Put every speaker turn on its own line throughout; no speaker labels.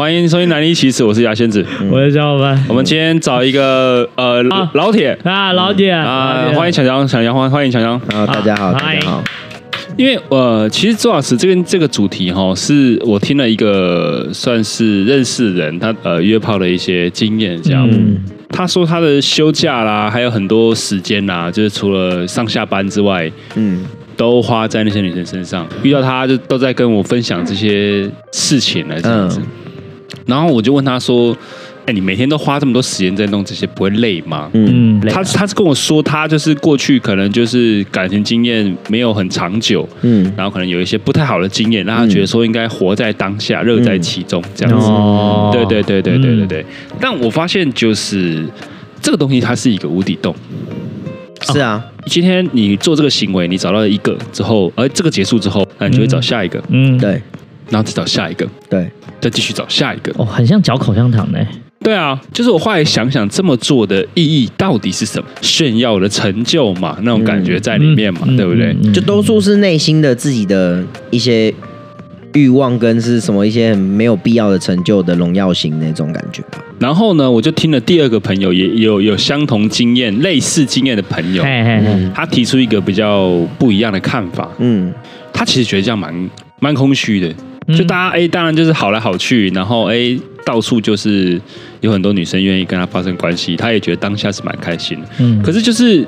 啊迎收听《南一奇史》，我是牙仙子。
我的小伙伴
我们今天找一个呃
啊
老铁
啊，老姐
啊、
老姐
欢迎强强，强强欢欢迎强强。
啊，大家好，
啊
大家好，
因为呃，其实周老师这个这个主题哈，是我听了一个算是认识的人他呃约炮的一些经验这样。
嗯
他说他的休假啦，还有很多时间啦，就是除了上下班之外，
嗯，
都花在那些女生身上。遇到她就都在跟我分享这些事情了，这样子。然后我就问他说：“哎、你每天都花这么多时间在弄这些，不会累吗？”
嗯，
他他是跟我说，他就是过去可能就是感情经验没有很长久，
嗯，
然后可能有一些不太好的经验，让他觉得说应该活在当下，乐在其中这样子。
哦
对对对对对对对。但我发现就是这个东西，它是一个无底洞。
是啊，
今天你做这个行为，你找到了一个之后，而这个结束之后，那你就会找下一个，
嗯，
对
然后再找下一个，
对，
再继续找下一个。
哦，很像嚼口香糖呢。
对啊，就是我后来想想，这么做的意义到底是什么？炫耀我的成就嘛，那种感觉在里面嘛，
嗯
对不对？
嗯嗯
就多数是内心的自己的一些欲望跟是什么一些很没有必要的成就的荣耀型那种感觉吧。
然后呢，我就听了第二个朋友也有有相同经验、类似经验的朋友，
嘿嘿嘿，
他提出一个比较不一样的看法。
嗯，
他其实觉得这样蛮蛮空虚的，
嗯
就大家哎、当然就是好来好去，然后哎、到处就是有很多女生愿意跟他发生关系，他也觉得当下是蛮开心的。
嗯
可是就是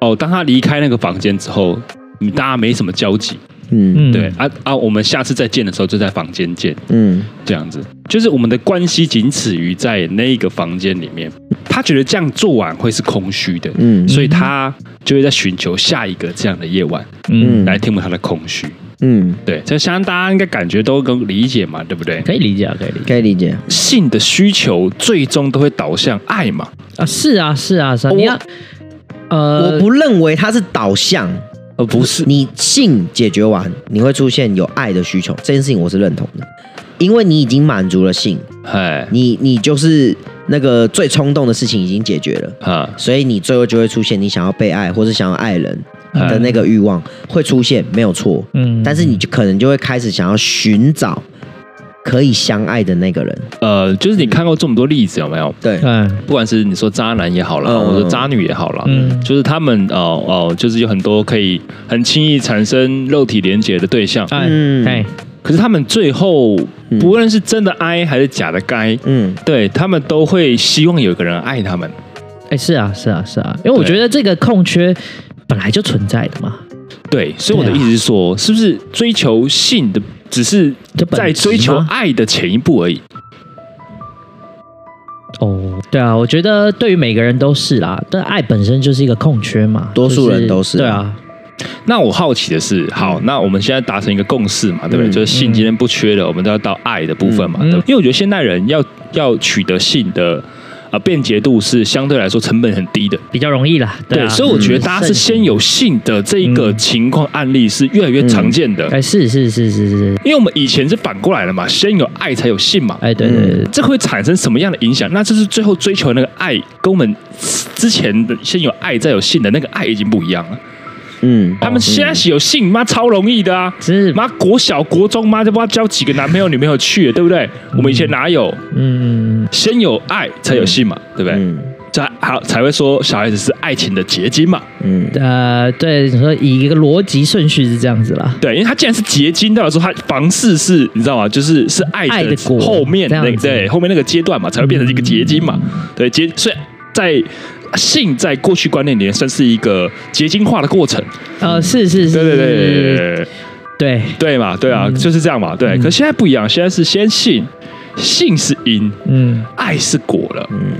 哦，当他离开那个房间之后，嗯大家没什么交集。
嗯
对、啊啊，我们下次再见的时候就在房间见，
嗯
这样子，就是我们的关系仅止于在那一个房间里面。他觉得这样做完会是空虚的，
嗯
所以他就会在寻求下一个这样的夜晚
嗯，
嗯
来填补他的空虚。
嗯，
对，这相信大家应该感觉都能理解嘛，对不对？
可以理解啊，可以理解
可以理解。
性的需求最终都会导向爱嘛。
啊，是啊是啊
哦
是啊，你要呃，
我不认为它是导向，
呃，不是，
你性解决完，你会出现有爱的需求，这件事情我是认同的，因为你已经满足了性，
哎，
你你就是那个最冲动的事情已经解决了。
啊，
所以你最后就会出现你想要被爱或是想要爱人
嗯哎
的那个欲望会出现，没有错。
嗯，
但是你就可能就会开始想要寻找可以相爱的那个人。
呃，就是你看过这么多例子有没有？
对，
嗯
不管是你说渣男也好啦，
嗯
我说渣女也好啦，
嗯
就是他们哦哦、就是有很多可以很轻易产生肉体连结的对象，
哎
嗯
哎
可是他们最后
嗯
不论是真的哀还是假的该，
嗯
对他们都会希望有一个人爱他们。
哎，是啊是啊是啊，因为我
对
觉得这个空缺本来就存在的嘛，
对，所以我的
对
意
啊
思是说，是不是追求性的只是
这本质吗
在追求爱的前一步而已？
哦，对啊，我觉得对于每个人都是啦，但爱本身就是一个空缺嘛，
多数人都
就是对啊，
那我好奇的是，好，
嗯
那我们现在达成一个共识嘛，对不对？
嗯
就是性今天不缺了，我们都要到爱的部分嘛，
嗯
对不对。因为我觉得现代人要要取得性的。啊，便捷度是相对来说成本很低的，
比较容易啦，啊，
所以我觉得大家是先有性的这一个
嗯
情况案例是越来越常见的，
哎，是是是是是，
因为我们以前是反过来的嘛，先有爱才有性嘛，
哎，对对对，
这会产生什么样的影响？那就是最后追求的那个爱，跟我们之前的先有爱再有性的那个爱已经不一样
哦
了。
嗯
他们现在有性，妈超容易的啊！
只 是嗯
妈国小、国中，妈就不知道交几个男朋友、女朋友去了，对不对？我们以前哪有
嗯，
先有爱才有性嘛，对不对？
嗯
才好才会说小孩子是爱情的结晶嘛，
嗯
呃，对，你说以一个逻辑顺序是这样子啦，
对，因为他既然是结晶，代表说他房事是，你知道吗？就是是爱
爱
的
的果
后面那
这
个
样子
对后面那个阶段嘛，才会变成一个结晶嘛。对，结所以在性在过去观念里面算是一个结晶化的过程。
呃，是是
嗯
是，
对对对对
对
对对
对，
对嘛，对啊，
嗯
就是这样嘛。对，可现在不一样，现在是先性，性是因，
嗯，
爱是果了。
嗯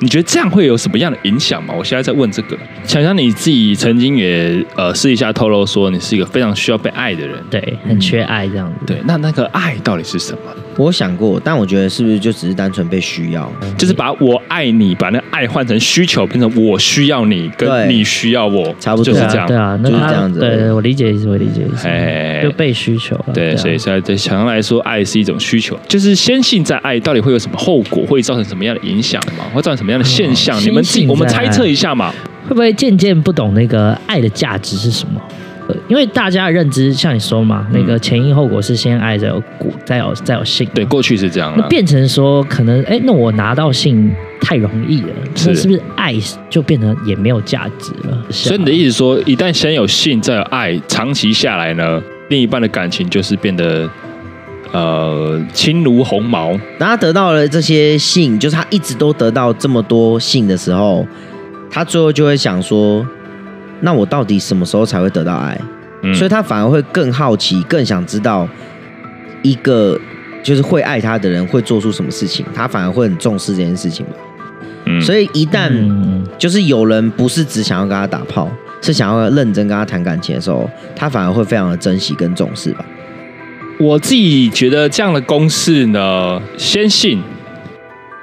你觉得这样会有什么样的影响吗？我现在在问这个。想想你自己曾经也呃私底下透露说，你是一个非常需要被爱的人。
对，很缺爱这样子，
对，那那个爱到底是什么？
我想过，但我觉得是不是就只是单纯被需要？
就是把我爱你，把那爱换成需求，变成我需要你，跟
对
你需要我，
差不多
就是
对啊
这样。
对啊，那
就是
他
这样子
对，对我理解意思，我理解意思，
哎
就被需求了，
对，
啊
所以现在对想来说，爱是一种需求，就是先性在爱，到底会有什么后果？会造成什么样的影响吗？会造成什么样的现象？
嗯
你们自己，
先性在爱
我们猜测一下嘛。
会不会渐渐不懂那个爱的价值是什么？呃因为大家的认知像你说嘛，
嗯
那个前因后果是先爱再有果，再有再有性嘛，
对，过啊去是这样
那
了。
变成说可能哎、那我拿到性太容易了，
是
那是不是爱就变得也没有价值了？
啊
啊
所以你的
思，
意思说，一旦先有性，再有爱，长期下来呢，另一半的感情就是变得呃轻如鸿毛。
当他得到了这些性，就是他一直都得到这么多性的时候，他最后就会想说：那我到底什么时候才会得到爱？
嗯
所以他反而会更好奇，更想知道一个就是会爱他的人会做出什么事情，他反而会很重视这件事情嘛。
嗯
所以一旦
嗯
就是有人不是只想要跟他打炮，是想要认真跟他谈感情的时候，他反而会非常的珍惜跟重视吧。
我自己觉得这样的公式呢，先性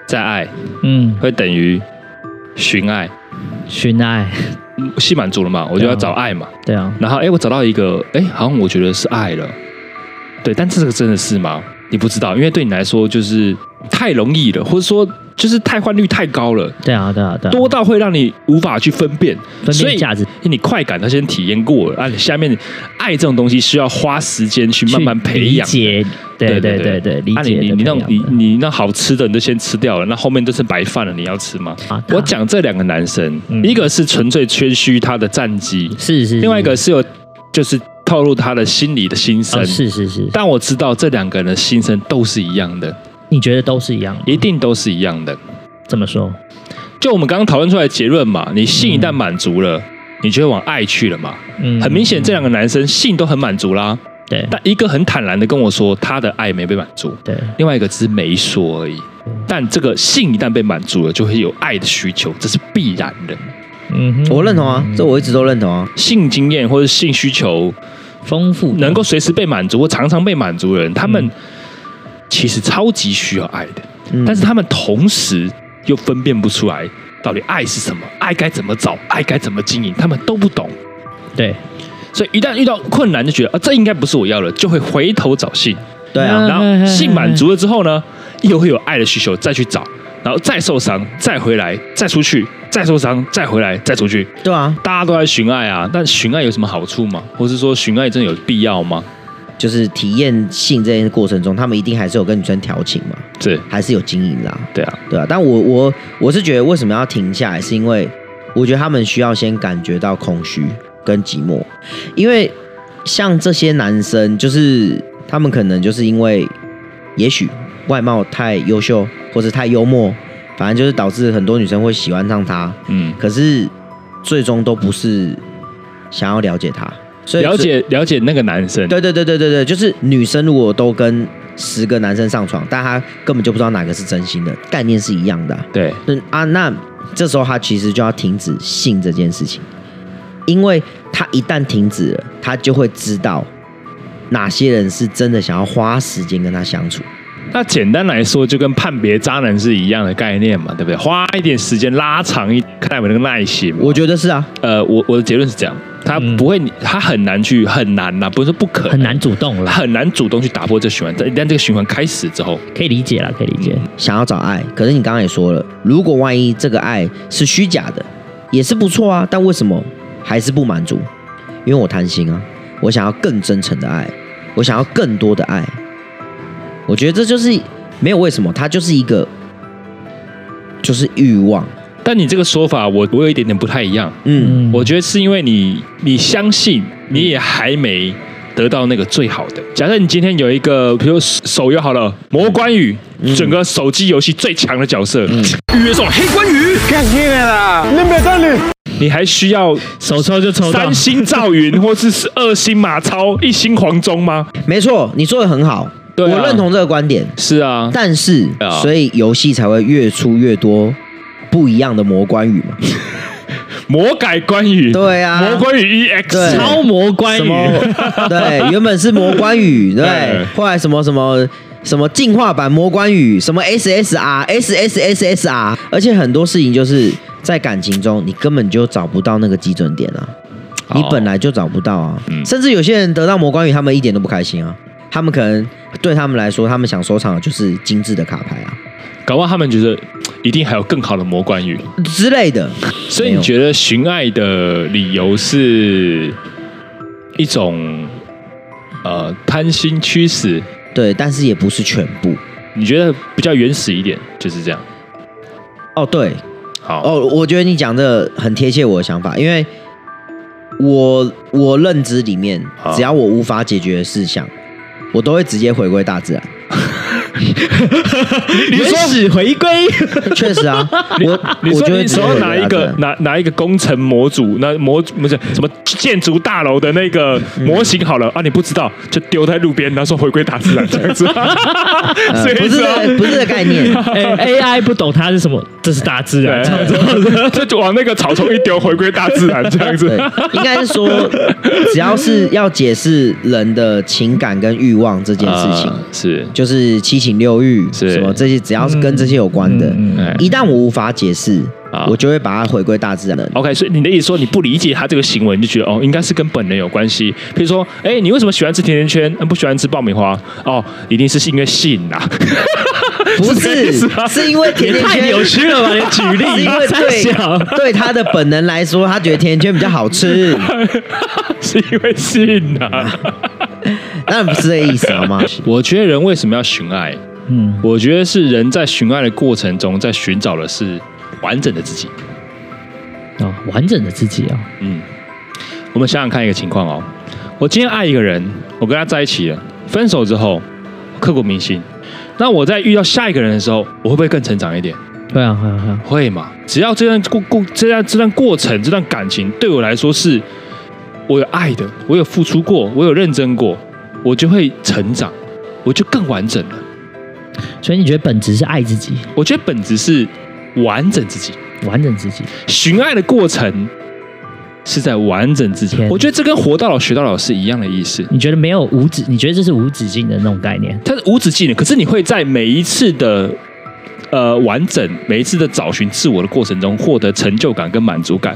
再爱，
嗯，
会等于寻爱。
寻爱，
嗯性满足了嘛，我就要找爱嘛。
对啊，
然后哎、诶我找到一个哎、诶好像我觉得是爱了，对，但这个真的是吗？你不知道，因为对你来说就是太容易了，或者说就是太换率太高了，
对啊，对啊，对啊，
多到会让你无法去分辨。
分
所以
辨价值，
你快感他先体验过了，啊，你下面爱这种东西需要花时间去慢慢
去
培养
理。解，对对对对，理
啊你
解
你
的
你那种
培养
你
的
你那好吃的你都先吃掉了，那后面都是白饭了，你要吃 吗？
啊，
我
大
讲这两个男生，
嗯
一个是纯粹谦虚他的战绩，
是是是，
另外一个是有就是透露他的心里的心声。
哦，是是是，
但我知道这两个人的心声都是一样的，
你觉得都是一样吗？
一定都是一样的。
这么说，
就我们刚刚讨论出来的结论嘛，你性一旦满足了，你就会往爱去了嘛。
嗯，
很明显，这两个男生性都很满足啦，
对
但一个很坦然的跟我说他的爱没被满足，
对，
另外一个只是没说而已。但这个性一旦被满足了，就会有爱的需求，这是必然的。
嗯哼，
我认同啊，这我一直都认同啊。
性经验或者性需求
丰富的
能够随时被满足或常常被满足的人，他们其实超级需要爱的，
嗯
但是他们同时又分辨不出来到底爱是什么，爱该怎么找，爱该怎么经营，他们都不懂。
对，
所以一旦遇到困难，就觉得啊，这应该不是我要的，就会回头找性，
对啊，
嗯
然后性满足了之后呢，又会有爱的需求再去找，然后再受伤，再回来，再出去，再受伤，再回来，再出去，
对啊，
大家都在寻爱啊，但寻爱有什么好处吗？或是说寻爱真的有必要吗？
就是体验性这件过程中，他们一定还是有跟女生调情嘛，
对
还是有经营啦、
对啊，
对啊。但我我我是觉得为什么要停下来，是因为我觉得他们需要先感觉到空虚跟寂寞，因为像这些男生，就是他们可能就是因为也许外貌太优秀或者太幽默，反正就是导致很多女生会喜欢上他，
嗯。
可是最终都不是想要了解他，所以
了解了解那个男生，
对对对对对对，就是女生如果都跟十个男生上床，但她根本就不知道哪个是真心的，概念是一样的啊、
对
嗯啊，那这时候她其实就要停止性这件事情，因为她一旦停止了，她就会知道哪些人是真的想要花时间跟她相处。
那简单来说，就跟判别渣男是一样的概念嘛，对不对？花一点时间拉长一看有没有那个耐心嘛。
我觉得是啊，
呃，我我的结论是这样，他
嗯
不会，他很难去，很难呐、不是说不可能，
很难主动啦，
很难主动去打破这个循环。但一旦这个循环开始之后，
可以理解啦，可以理解，
想要找爱，可是你刚刚也说了，如果万一这个爱是虚假的，也是不错啊，但为什么还是不满足？因为我贪心啊，我想要更真诚的爱，我想要更多的爱。我觉得这就是没有为什么，它就是一个就是欲望。
但你这个说法，我我有一点点不太一样。
嗯，
我觉得是因为你你相信，你也还没得到那个最好的。假设你今天有一个，比如说手游好了，魔关羽，
嗯
整个手机游戏最强的角色，预约送黑关羽，
干进来了，你别站你。
你还需要
手抽就抽到
三，星赵云 或是是二星马超、一星黄忠吗？
没错，你说的很好，
对啊
我认同这个观点。
是啊，
但是
对啊，
所以游戏才会越出越多不一样的魔关羽嘛。
魔改关羽，
对啊
魔关羽哦 EX，
对
超魔关
什
羽，
么？ 对，原本是魔关羽，
对
对，后来什么什么什么进化版魔关羽，什么 SSR、SSSSR，而且很多事情就是在感情中，你根本就找不到那个基准点啊，
哦
你本来就找不到啊，
嗯
甚至有些人得到魔关羽，他们一点都不开心啊，他们可能对他们来说，他们想收藏的就是精致的卡牌啊
搞不好他们觉得一定还有更好的魔关羽。
之类的，
所以
没
你
有
觉得寻爱的理由是一种呃贪心驱使，
对，但是也不是全部。
你觉得比较原始一点，就是这样。
哦，对，
好，
哦，我觉得你讲的很贴切我的想法，因为我我认知里面
好，
只要我无法解决的事项，我都会直接回归大自然。
原始回归，
确实啊，我
你
我
说
觉得
你
直接
手
回
上
归
拿一
大自
个
然
拿拿一个工程模组，那模不是什么建筑大楼的那个模型好了、啊，你不知道就丢在路边，然后说回归大自然这样 子，
呃
所
不
以
是
说
这不是这个概念，
哎 AI 不懂它是什么，这是大自然， 这样子
对， 就就往那个草丛一丢，回归大自然这样子
对。，应该是说，只要是要解释人的情感跟欲望这件事情，
啊是
就是七情六欲
是
什么这些，只要是跟这些有关的，
嗯嗯
嗯
一旦我无法解释
啊，哦
我就会把它回归大自然了。
OK，所以你的意思说你不理解他这个行为，你就觉得哦，应该是跟本人有关系。比如说，哎，你为什么喜欢吃甜甜圈，嗯不喜欢吃爆米花？哦，一定是因为性啊呐、
不
是这个意
是
思吗，
是因为甜
也
甜
太
圈
扭曲了吧？你举例，
是因为
太小，
对对他的本能来说，他觉得甜甜圈比较好吃，
是因为性啊呐、
当然不是这个意思好吗？
我觉得人为什么要寻爱？
嗯，
我觉得是人在寻爱的过程中，在寻找的是完整的自己。
哦，完整的自己哦，
嗯，我们想想看一个情况哦，我今天爱一个人，我跟他在一起了，分手之后刻骨铭心。那我在遇到下一个人的时候，我会不会更成长一点？
对啊，对啊，对啊，
会嘛？只要这段过过这段这段过程，这段感情对我来说是，我有爱的，我有付出过，我有认真过，我就会成长，我就更完整了。
所以你觉得本质是爱自己，
我觉得本质是完整自己，
完整自己，
寻爱的过程是在完整自己
天。
我觉得这跟活到老学到老是一样的意思。
你觉得没有无止，你觉得这是无止境的那种概念？
它是无止境的，可是你会在每一次的呃完整、每一次的找寻自我的过程中，获得成就感跟满足感。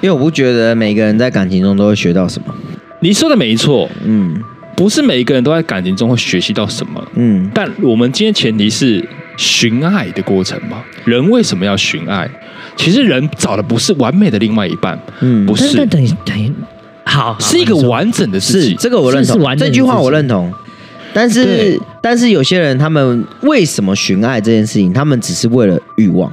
因为我不觉得每个人在感情中都会学到什么。
你说的没错，
嗯
不是每一个人都在感情中会学习到什么，
嗯，
但我们今天前提是寻爱的过程嘛。人为什么要寻爱？其实人找的不是完美的另外一半，
嗯
不
但
是
但等于等于好，
是一个
好你说
完整的自
是
己。
这个我认
是
同
是完，整
这
的
句话
自己
我认同。但是
对
但是有些人他们为什么寻爱这件事情，他们只是为了欲望，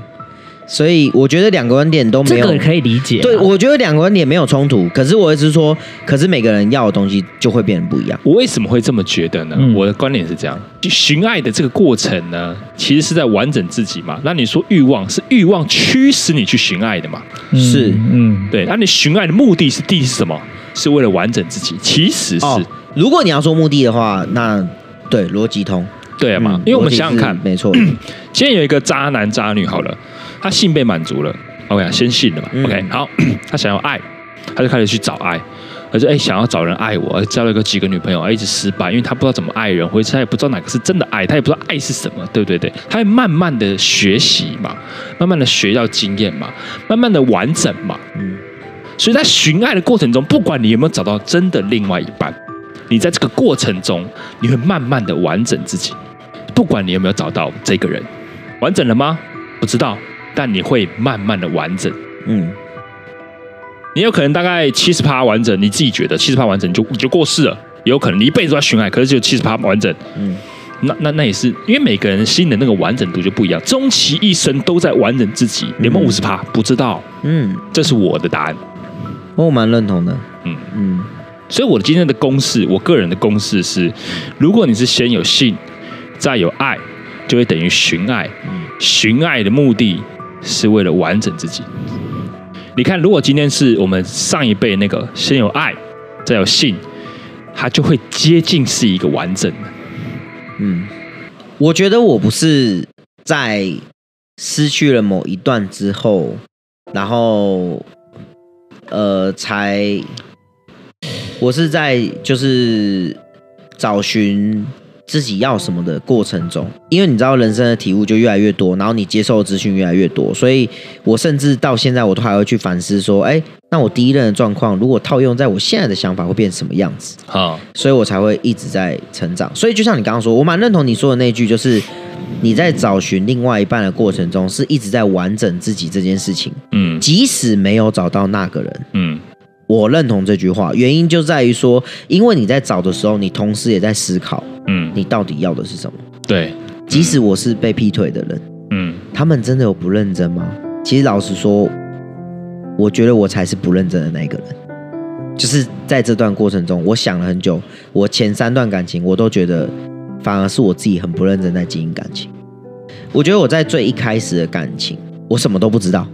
所以我觉得两个观点都没
这
有。
个可以理解啊，
对，我觉得两个观点没有冲突，可是我一直说，可是每个人要的东西就会变得不一样。
我为什么会这么觉得呢？
嗯
我的观点是这样：寻爱的这个过程呢，其实是在完整自己嘛。那你说欲望是欲望驱使你去寻爱的嘛？
嗯
是
嗯，
对，那你寻爱的目的是第一是什么？是为了完整自己，其实是、
哦，如果你要说目的的话，那对逻辑通，
对啊嘛？
嗯
因为我们
逻辑
想想看
是，没错，嗯
今天有一个渣男渣女好了，他性被满足了，OK，先性了嘛、
嗯
o k 好， 他想要爱，他就开始去找爱，他说哎、想要找人爱我，交了个几个女朋友，哎一直失败，因为他不知道怎么爱人，或者是他也不知道哪个是真的爱，他也不知道爱是什么，对不对对，他会慢慢的学习嘛，慢慢的学到经验嘛，慢慢的完整嘛，
嗯，
所以在寻爱的过程中，不管你有没有找到真的另外一半，你在这个过程中，你会慢慢的完整自己。不管你有没有找到这个人，完整了吗？不知道，但你会慢慢的完整。
嗯，
你有可能大概七十趴完整，你自己觉得七十趴完整你就你就过世了。也有可能你一辈子都在寻爱，可是只有七十趴完整。
嗯，
那那那也是因为每个人心里的那个完整度就不一样，终其一生都在完整自己，有没有五十趴？不知道，
嗯，
这是我的答案。
我蛮认同的，
嗯
嗯嗯，
所以我今天的公式，我个人的公式是：如果你是先有性，再有爱，就会等于寻爱。寻爱的目的是为了完整自己。你看，如果今天是我们上一辈那个先有爱，再有性，它就会接近是一个完整的。
嗯，我觉得我不是在失去了某一段之后，然后呃才，我是在就是找寻自己要什么的过程中，因为你知道人生的体悟就越来越多，然后你接受的资讯越来越多，所以我甚至到现在我都还会去反思说，哎，那我第一任的状况如果套用在我现在的想法会变什么样子？
啊、
所以我才会一直在成长。所以就像你刚刚说，我蛮认同你说的那句，就是你在找寻另外一半的过程中，是一直在完整自己这件事情。
嗯
即使没有找到那个人，
嗯，
我认同这句话，原因就在于说，因为你在找的时候，你同时也在思考
嗯，
你到底要的是什么。
对，
即使我是被劈腿的人，
嗯，
他们真的有不认真吗？其实老实说，我觉得我才是不认真的那一个人。就是在这段过程中，我想了很久，我前三段感情我都觉得，反而是我自己很不认真在经营感情。我觉得我在最一开始的感情，我什么都不知道，
啊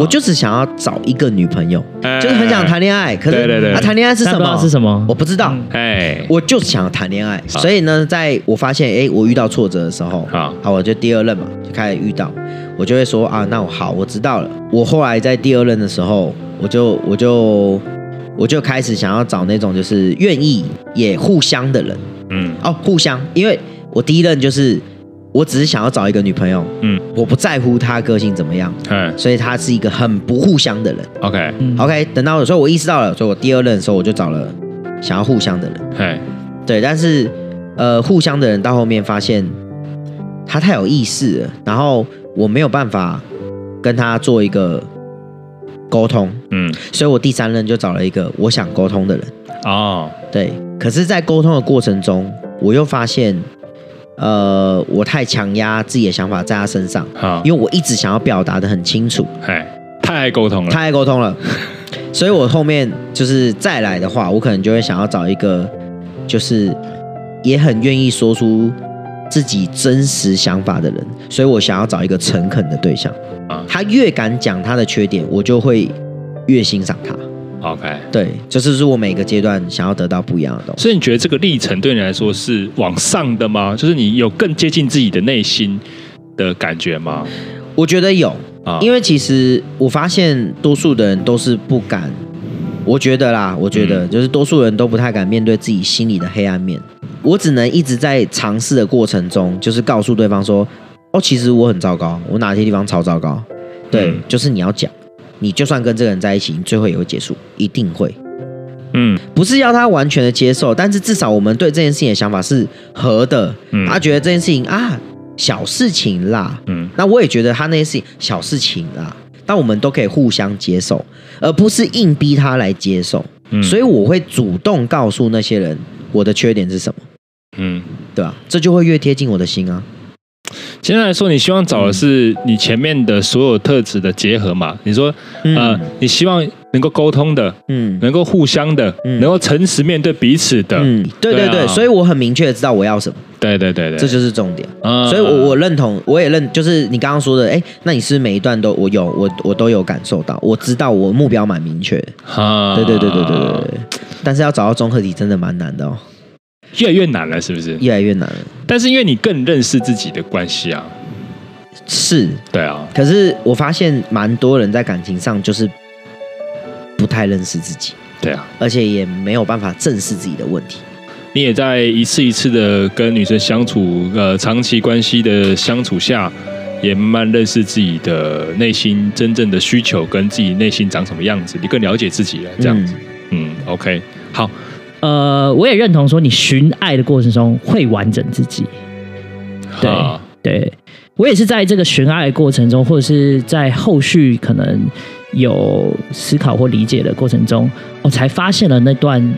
我就只想要找一个女朋友，
哎
就是很想谈恋爱。可是
对对对
啊，谈恋爱是
但
什
不知道
么？
是什么
我不知道。
哎，
我就是想要谈恋爱，所以呢，在我发现哎、诶我遇到挫折的时候，
啊
好，我就第二任嘛，就开始遇到，我就会说啊，那我好，我知道了。我后来在第二任的时候，我就我就我就开始想要找那种就是愿意也互相的人
嗯
哦，互相，因为我第一任就是我只是想要找一个女朋友，
嗯，
我不在乎她个性怎么样，
哎
所以她是一个很不互相的人。
，OK，
嗯
OK，等到所以我意识到了，所以我第二任的时候我就找了想要互相的人。
哎，
对，但是呃，互相的人到后面发现他太有意识了，然后我没有办法跟他做一个沟通，
嗯，
所以我第三任就找了一个我想沟通的人。
哦，
对，可是，在沟通的过程中，我又发现，呃，我太强压自己的想法在他身上，
好，
因为我一直想要表达的很清楚，
哎，太爱沟通了，
太爱沟通了，所以我后面就是再来的话，我可能就会想要找一个，就是也很愿意说出自己真实想法的人，所以我想要找一个诚恳的对象
啊。
他越敢讲他的缺点，我就会越欣赏他。
OK。
对，就是是我每个阶段想要得到不一样的东西。
所以你觉得这个历程对你来说是往上的吗？就是你有更接近自己的内心的感觉吗？
我觉得有，
啊，
因
为
为其实我发现多数的人都是不敢，我觉得啦，我觉
嗯
得就是多数人都不太敢面对自己心里的黑暗面。我只能一直在尝试的过程中，就是告诉对方说，哦，其实我很糟糕，我哪些地方超糟糕。对，
嗯
就是你要讲，你就算跟这个人在一起，你最后也会结束，一定会。
嗯
不是要他完全的接受，但是至少我们对这件事情的想法是合的。
嗯
他觉得这件事情啊，小事情啦，
嗯
那我也觉得他那些事情小事情啦，但我们都可以互相接受，而不是硬逼他来接受。
嗯，
所以我会主动告诉那些人我的缺点是什么，
嗯，
对吧、这就会越贴近我的心啊。
简单来说，你希望找的是你前面的所有特质的结合嘛？你说，
嗯
呃，你希望能够沟通的，
嗯
能够互相的，
嗯
能够诚实面对彼此的，
嗯，对对
对
对，
啊
所以我很明确的知道我要什么，
对对对对，
这就是重点。
啊
所以我我认同，我也认，就是你刚刚说的，哎，那你是不是每一段都我有我我都有感受到，我知道我目标蛮明确的，
啊
对对对对对对对，对，但是要找到综合体真的蛮难的哦，
越来越难了，是不是？
越来越难了。
但是因为你更认识自己的关系啊，
是，
对啊，
可是我发现蛮多人在感情上就是不太认识自己，
对啊，
而且也没有办法正视自己的问题。
你也在一次一次的跟女生相处，呃，长期关系的相处下，也慢慢认识自己的内心真正的需求跟自己内心长什么样子，你更了解自己了，这样子，嗯 o k 好，
呃，我也认同说你寻爱的过程中会完整自己。对
啊
对我也是在这个寻爱的过程中，或者是在后续可能有思考或理解的过程中，我哦才发现了那段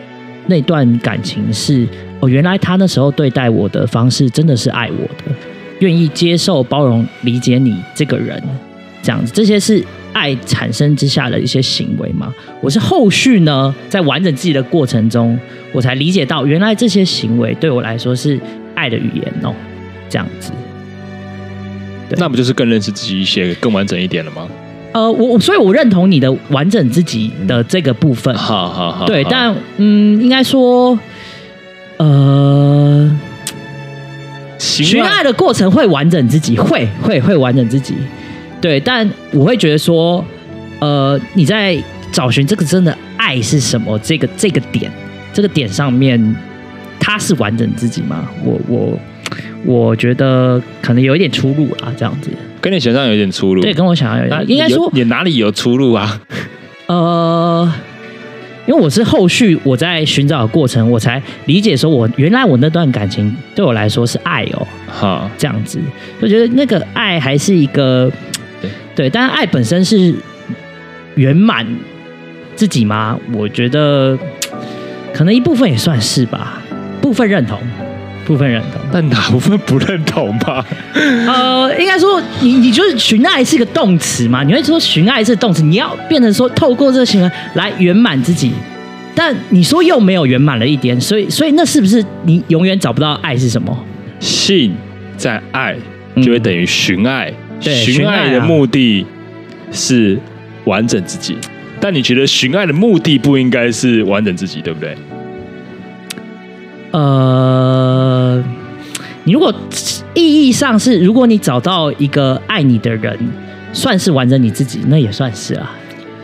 那段感情是哦，原来他那时候对待我的方式真的是爱我的，愿意接受、包容、理解你这个人，这样子，这些是爱产生之下的一些行为嘛。我是后续呢，在完整自己的过程中，我才理解到原来这些行为对我来说是爱的语言哦，这样子。对
那不就是更认识自己一些，更完整一点了吗？
呃，我我所以我认同你的完整自己的这个部分，
好好好，
嗯对，
好
但嗯，应该说，呃，
行
寻
啊
爱，的过程会完整自己，会会会完整自己，对，但我会觉得说，呃，你在找寻这个真的爱是什么，这个这个点，这个点上面，他是完整自己吗？我我我觉得可能有一点出入啦，这样子，
跟你想象有点出入，
对，跟我想要有
嗯那
点，应该
有
说，
你哪里有出入啊？
呃，因为我是后续我在寻找的过程，我才理解说我，原来我那段感情对我来说是爱哦，
哈，
这样子，就觉得那个爱还是一个
对
对，但是爱本身是圆满。自己吗？我觉得可能一部分也算是吧，部分认同，部分认同。
但哪部分不认同吧？
呃，应该说你你就是寻爱是个动词嘛，你会说寻爱是动词，你要变成说透过这个行为来圆满自己，但你说又没有圆满了一点，所以所以那是不是你永远找不到爱是什么？
性在爱就会等于寻爱，
嗯对
寻爱
寻爱
的
啊
目的是完整自己。但你觉得寻爱的目的不应该是完整自己，对不对？
呃，你如果意义上是，如果你找到一个爱你的人，算是完整你自己，那也算是啊。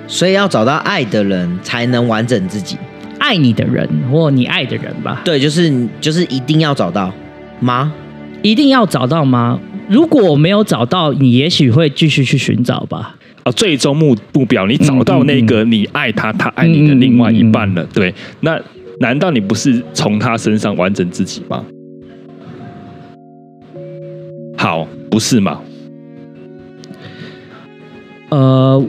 所以要找到爱的人才能完整自己。
爱你的人或你爱的人吧，
对，就是就是一定要找到吗？
一定要找到吗？如果没有找到，你也许会继续去寻找吧。
啊，最终目目标，你找到那
嗯
个你爱他，他爱你的另外一半了，对？那难道你不是从他身上完整自己吗？好，不是嘛？
呃，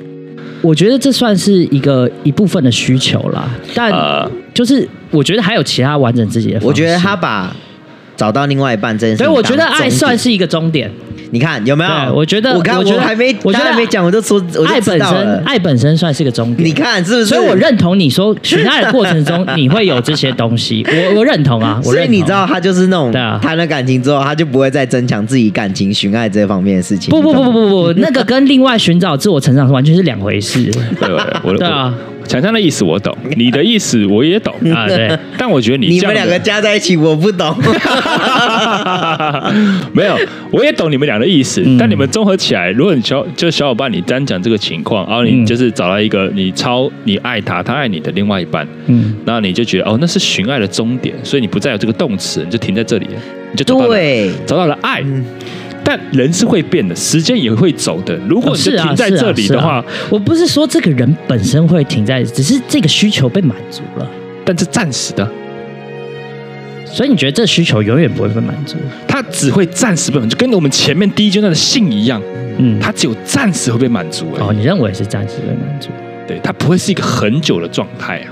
我觉得这算是一个一部分的需求啦，但
呃，
就是我觉得还有其他完整自己的方式。
我觉得他把找到另外一半这件事
所以
情当
我
终
觉
点，
得爱算是一个终点。
你看有没
对
有？
我觉得
我刚
我觉得
还没，
我觉得
他还没讲，我就说我
爱
就知
本
道
身，
了。
爱本身算是个终点。
你，看是不是？
所以我，认同你说寻爱的过程中你会有这些东 西，我我认同啊，我
所
认
以
同。
你知道他就是那种
对啊
谈了感情之后，他就不会再增强自己感情寻爱这方面的事情。
不不
你
不
懂吗
不不不，那个跟另外寻找自我成长完全是两回 事
对，我
对啊
我强强的意思我懂，你的意思我也懂
啊。对，
但我觉得你
你
这
们
样
两个
的
加在一 起，我不懂。
没有，我也懂你们俩的意思，
嗯
但你们综合起来，如果你小就小伙伴，你单讲这个情况，然后你
嗯
就是找到一个你超你爱他，他爱你的另外一半，
嗯，
那你就觉得哦，那是寻爱的终点，所以你不再有这个动词，你就停在这里了，你就找到了
对，
找到了爱。
嗯
但人是会变的，时间也会走的。如果你就是
啊
停在
是啊
这里
是
的
啊
话，
我不是说这个人本身会停在，只是这个需求被满足了，
但是暂时的，
所以你觉得这需求永远不会被满足？
它只会暂时被满足，就跟我们前面第一阶段的性一样，
嗯，
它只有暂时会被满足而
哦，
已。
你认为是暂时被满足？
对，它不会是一个很久的状态啊。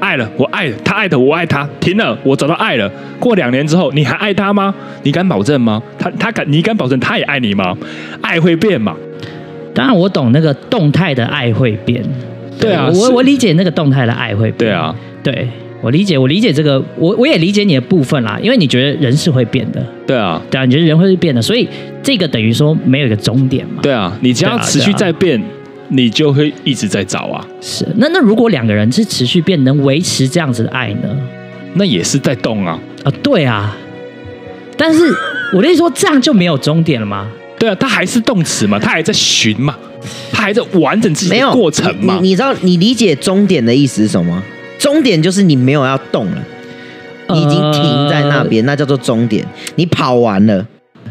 爱了，我爱了，他爱的，我爱他，停了，我找到爱了。过两年之后，你还爱他吗？你敢保证吗？他他敢，你敢保证他也爱你吗？爱会变嘛？
当然，我懂那个动态的爱会变。
对啊
我
是
我理解那个动态的爱会变。
对啊，
对我理解，我理解这个，我我也理解你的部分啦，因为你觉得人是会变的，
对啊，
对啊，你觉得人会变的，所以这个等于说没有一个终点嘛。
对啊，你只要
对啊
持续在变，你就会一直在找啊，
是。那那如果两个人是持续变，能维持这样子的爱呢？
那也是在动啊。
啊，对啊。但是我的意思说，这样就没有终点了吗？
对啊，它还是动词嘛，它还在寻嘛，它还在完整自己
没
的
有
过程嘛
你。你知道你理解终点的意思是什么吗？终点就是你没有要动了，你已
呃
经停在那边，那叫做终点。你跑完了，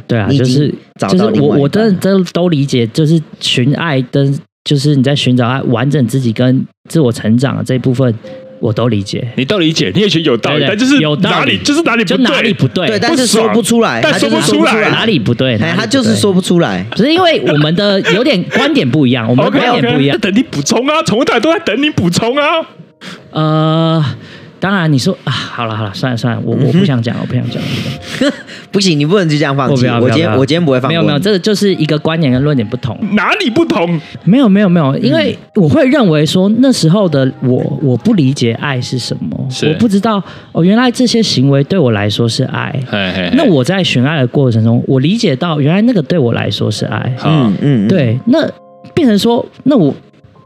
对啊，
你已
就
经
是
找
就是
到另
我
外一
我
半
真的真的都理解，就是寻爱跟就是你在寻找爱完整自己跟自我成长的这一部分，我都理解。
你都理解，你也觉得有道理，
对对
但就是
有道理
哪里就是哪里
就
不
哪里
对，
不对？
对，但是
不爽
说不出来，
但
他就是
说不出来
哪里不对？
哎，
哪里不对
他就是说，不出来。
只是因为我们的 有点观点不一样，我们的
OK
观
OK，
点不一样。
等你补充啊，从头到尾都在等你补充啊。
呃，当然你说啊，好了好了，算了算了，我我不想讲，我不想讲，
不行，你不能就这样 放
我不
弃。
要，不
我
要不
今天
要
我今天不会放
没
过
有没有，
你
这个就是一个观点跟论点不同。
哪里不同？
没有没有没有，因为我会认为说那时候的我，我不理解爱是什么，
是
我不知道哦，原来这些行为对我来说是爱。
哎
那我在寻爱的过程中，我理解到原来那个对我来说是爱。
好
嗯，嗯，嗯，
对，那变成说，那我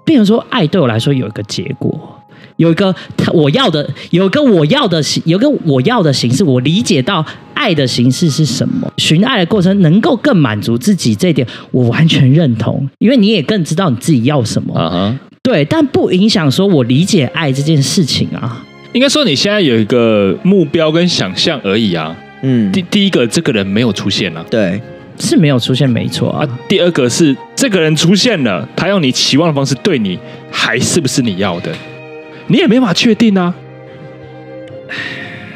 变成说，爱对我来说有一个结果，有一个他我要的，有一个我要的形，有一个我要的形式，我理解到爱的形式是什么。寻爱的过程能够更满足自己这一点，我完全认同，因为你也更知道你自己要什么。
啊哈，
对，但不影响说我理解爱这件事情啊。
应该说你现在有一个目标跟想象而已啊。
嗯，
第第一个，这个人没有出现啊。
对，
是没有出现，没错啊
啊，第二个是这个人出现了，他用你期望的方式对你，还是不是你要的？你也没法确定 啊，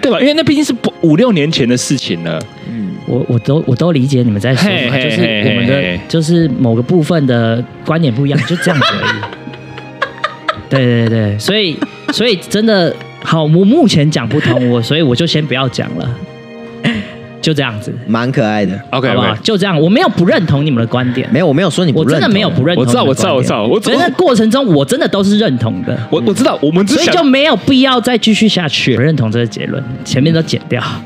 对吧？因为那毕竟是不五六年前的事情了。
嗯，
我我都我都理解你们在说什
嘿
么，
嘿
就是我们
嘿嘿
的
嘿
就是某个部分的观点不一样，就这样子而已。对对对，所以所以真的好，我目前讲不通，我所以我就先不要讲了，就这样子，
蛮可爱的。
OK
好不好？
OK，
就这样，我没有不认同你们的观点，
没有，我没有说你不
我
认同，
真的没有不认同
我
你
知
们
道
的观点，
我知道我知道我
只是那过程中我真的都是认同的，
我我知道，我们只
所以
想
就没有必要再继续下去。我认同这个结论，前面都剪 掉。啊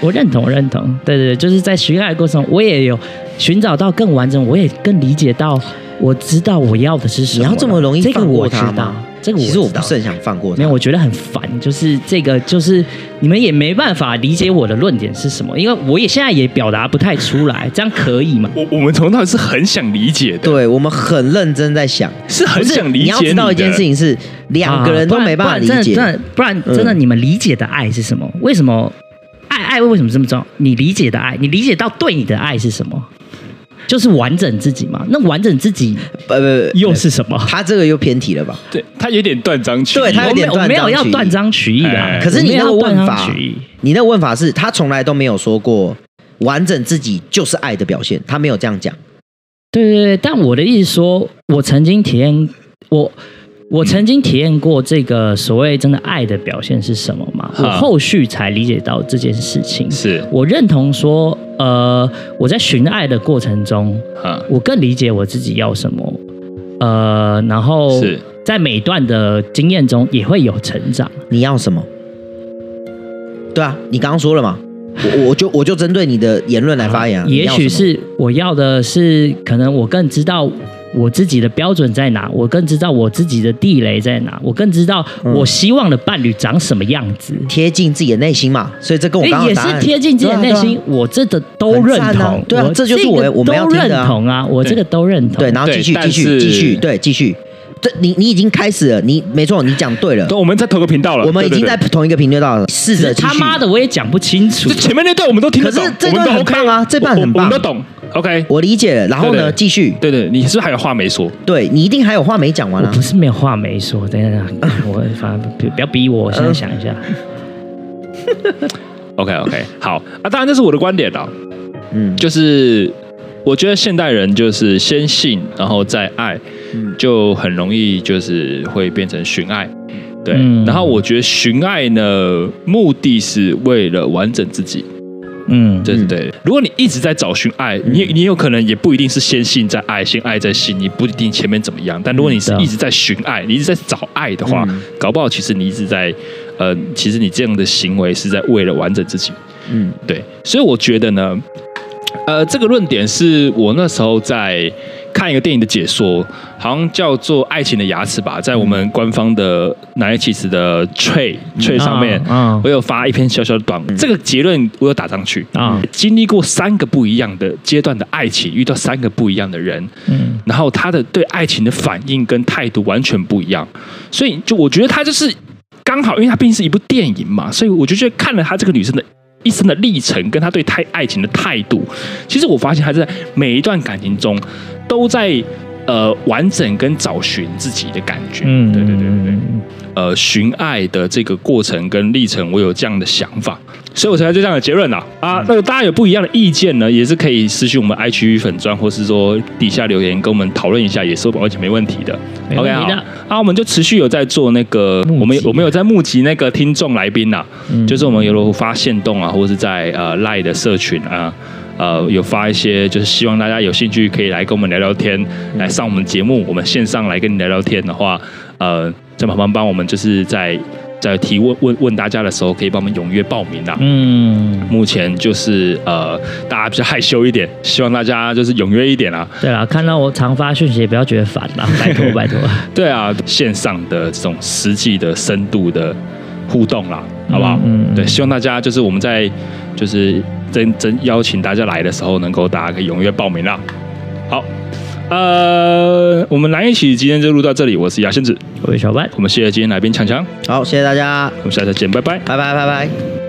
我认同，我认同。对对对，就是在寻爱的过程中，我也有寻找到更完整，我也更理解到，我知道我要的是什么了。
你要这么容易
这个
放
我
过
知
他
道
吗，
这个
其实我
知道
不是很想放过他。
没有，我觉得很烦，就是这个，就是你们也没办法理解我的论点是什么，因为我也现在也表达不太出来，这样可以吗？
我我们从头到尾是很想理解的，
对我们很认真在想，
是很
不是
想理解
你要知道
的
一件事，情是，两个人都没办法理
啊
解。
不然不然真的不然真的，
嗯
你们理解的爱是什么？为什么爱爱为什么这么重要？你理解的爱，你理解到对你的爱是什么？就是完整自己嘛。那完整自己
呃不不，
又是什么？
他这个又偏题了吧？
对他有点断章取义，
对他
我 没
有点
有我没有
断章
要
取义
断章取义
哎
的，
可是你那个
我没有要
问
断
法
章取义，
你那个问法是他从来都没有说过完整自己就是爱的表现，他没有这样讲。
对对对，但我的意思说，我曾经体验，我我曾经体验过这个所谓真的爱的表现是什么嘛？我
哈
后续才理解到这件事情。
是
我认同说，呃，我在寻爱的过程中，
啊，
我更理解我自己要什么，呃，然
哦
后
是
在每一段的经验中也会有成长。
你要什么？对啊，你刚刚说了嘛，我我我就我就针对你的言论来发言啊、
也
你
许
要什么
是我要的是，可能我更知道我自己的标准在哪，我更知道我自己的地雷在哪，我更知道
嗯
我希望的伴侣长什么样子。
贴近自己的内心嘛，所以这跟我
诶
刚刚的
也
答
是
案
贴近自己的内。
对啊对
心
啊，
我这个都认
很赞啊
同。
对啊这就是我
这个
我们要
都
听的啊
认同啊，我这个都认同。
对，然后
对
继续
但
继续
是
继续，对，继续。这你你已经开始了，你没错，你讲对了
对，，我们在同个频道了，
我们已
对
经在。同一个频道了，试着
只是他妈
的。
的，我也讲不清 楚
对对。这前面那段我们都听得懂，
可是这
我们
段
都
很
OK
棒啊这段很
我
棒
我们都懂。OK，
我理解了，然后
对对
呢，继续，
对对，你是不是还有话没说？
对你一定还有话没讲完
我
啊
不，是没有话没说，等一下，我反正不不要逼我，我现在想一下。
OK OK，好啊，当然这是我的观点啦，
嗯，
就是我觉得现代人就是先信，然后再爱，
嗯
就很容易就是会变成寻爱。对，
嗯
然后我觉得寻爱呢，目的是为了完整自己，
嗯，
对对对。如果你一直在找寻爱，你你有可能也不一定是先信再爱，先爱再信，你不一定前面怎么样。但如果你是
对啊
一直在寻爱，你一直在找爱的话，
嗯
搞不好其实你一直在，呃，其实你这样的行为是在为了完整自己。
嗯
对，所以我觉得呢，呃，这个论点是我那时候在看一个电影的解说，好像叫做《爱情的牙齿》吧，在我们官方的南叶奇子的 tray tray 上面，
啊
我有发一篇小小的短文，这个结论我有打上去。
嗯啊，
经历过三个不一样的阶段的爱情，遇到三个不一样的人，
嗯，
然后他的对爱情的反应跟态度完全不一样，所以就我觉得他就是刚好，因为他毕竟是一部电影嘛，所以我就觉得看了他这个女生的一生的历程，跟她对态爱情的态度，其实我发现她在每一段感情中都在呃完整跟找寻自己的感觉，
嗯，
对对对对对，呃寻爱的这个过程跟历程，我有这样的想法，所以我才就这样的结论啦。
嗯
啊，那大家有不一样的意见呢，也是可以私信我们 i 区粉砖，或是说底下留言跟我们讨论一下，也是完全没问题的。
没问
OK
题
好
的，
啊，我们就持续有在做那个，
募集
我们有我们有在募集那个听众来宾啊啦，就是我们有发现动啊，或是在呃赖的社群啊。呃，有发一些，就是希望大家有兴趣可以来跟我们聊聊天，来上我们节目，我们线上来跟你聊聊天的话，呃，在麻烦帮我们就是在在提问问问大家的时候，可以帮我们踊跃报名啦。
嗯，
目前就是呃，大家比较害羞一点，希望大家就是踊跃一点啊啦。
对啦，看到我常发讯息，也不要觉得烦啦，拜托拜托，
对啊，线上的这种实际的深度的互动啦，好不好？
嗯嗯
对，希望大家就是我们在就是真真邀请大家来的时候，能够大家可以踊跃报名啦。好，呃，我们来一起今天就录到这里，我是牙仙子，
各位小伙伴。
我们谢谢今天来宾强强，
好，谢谢大家，
我们下次再见，拜拜。
拜拜拜拜。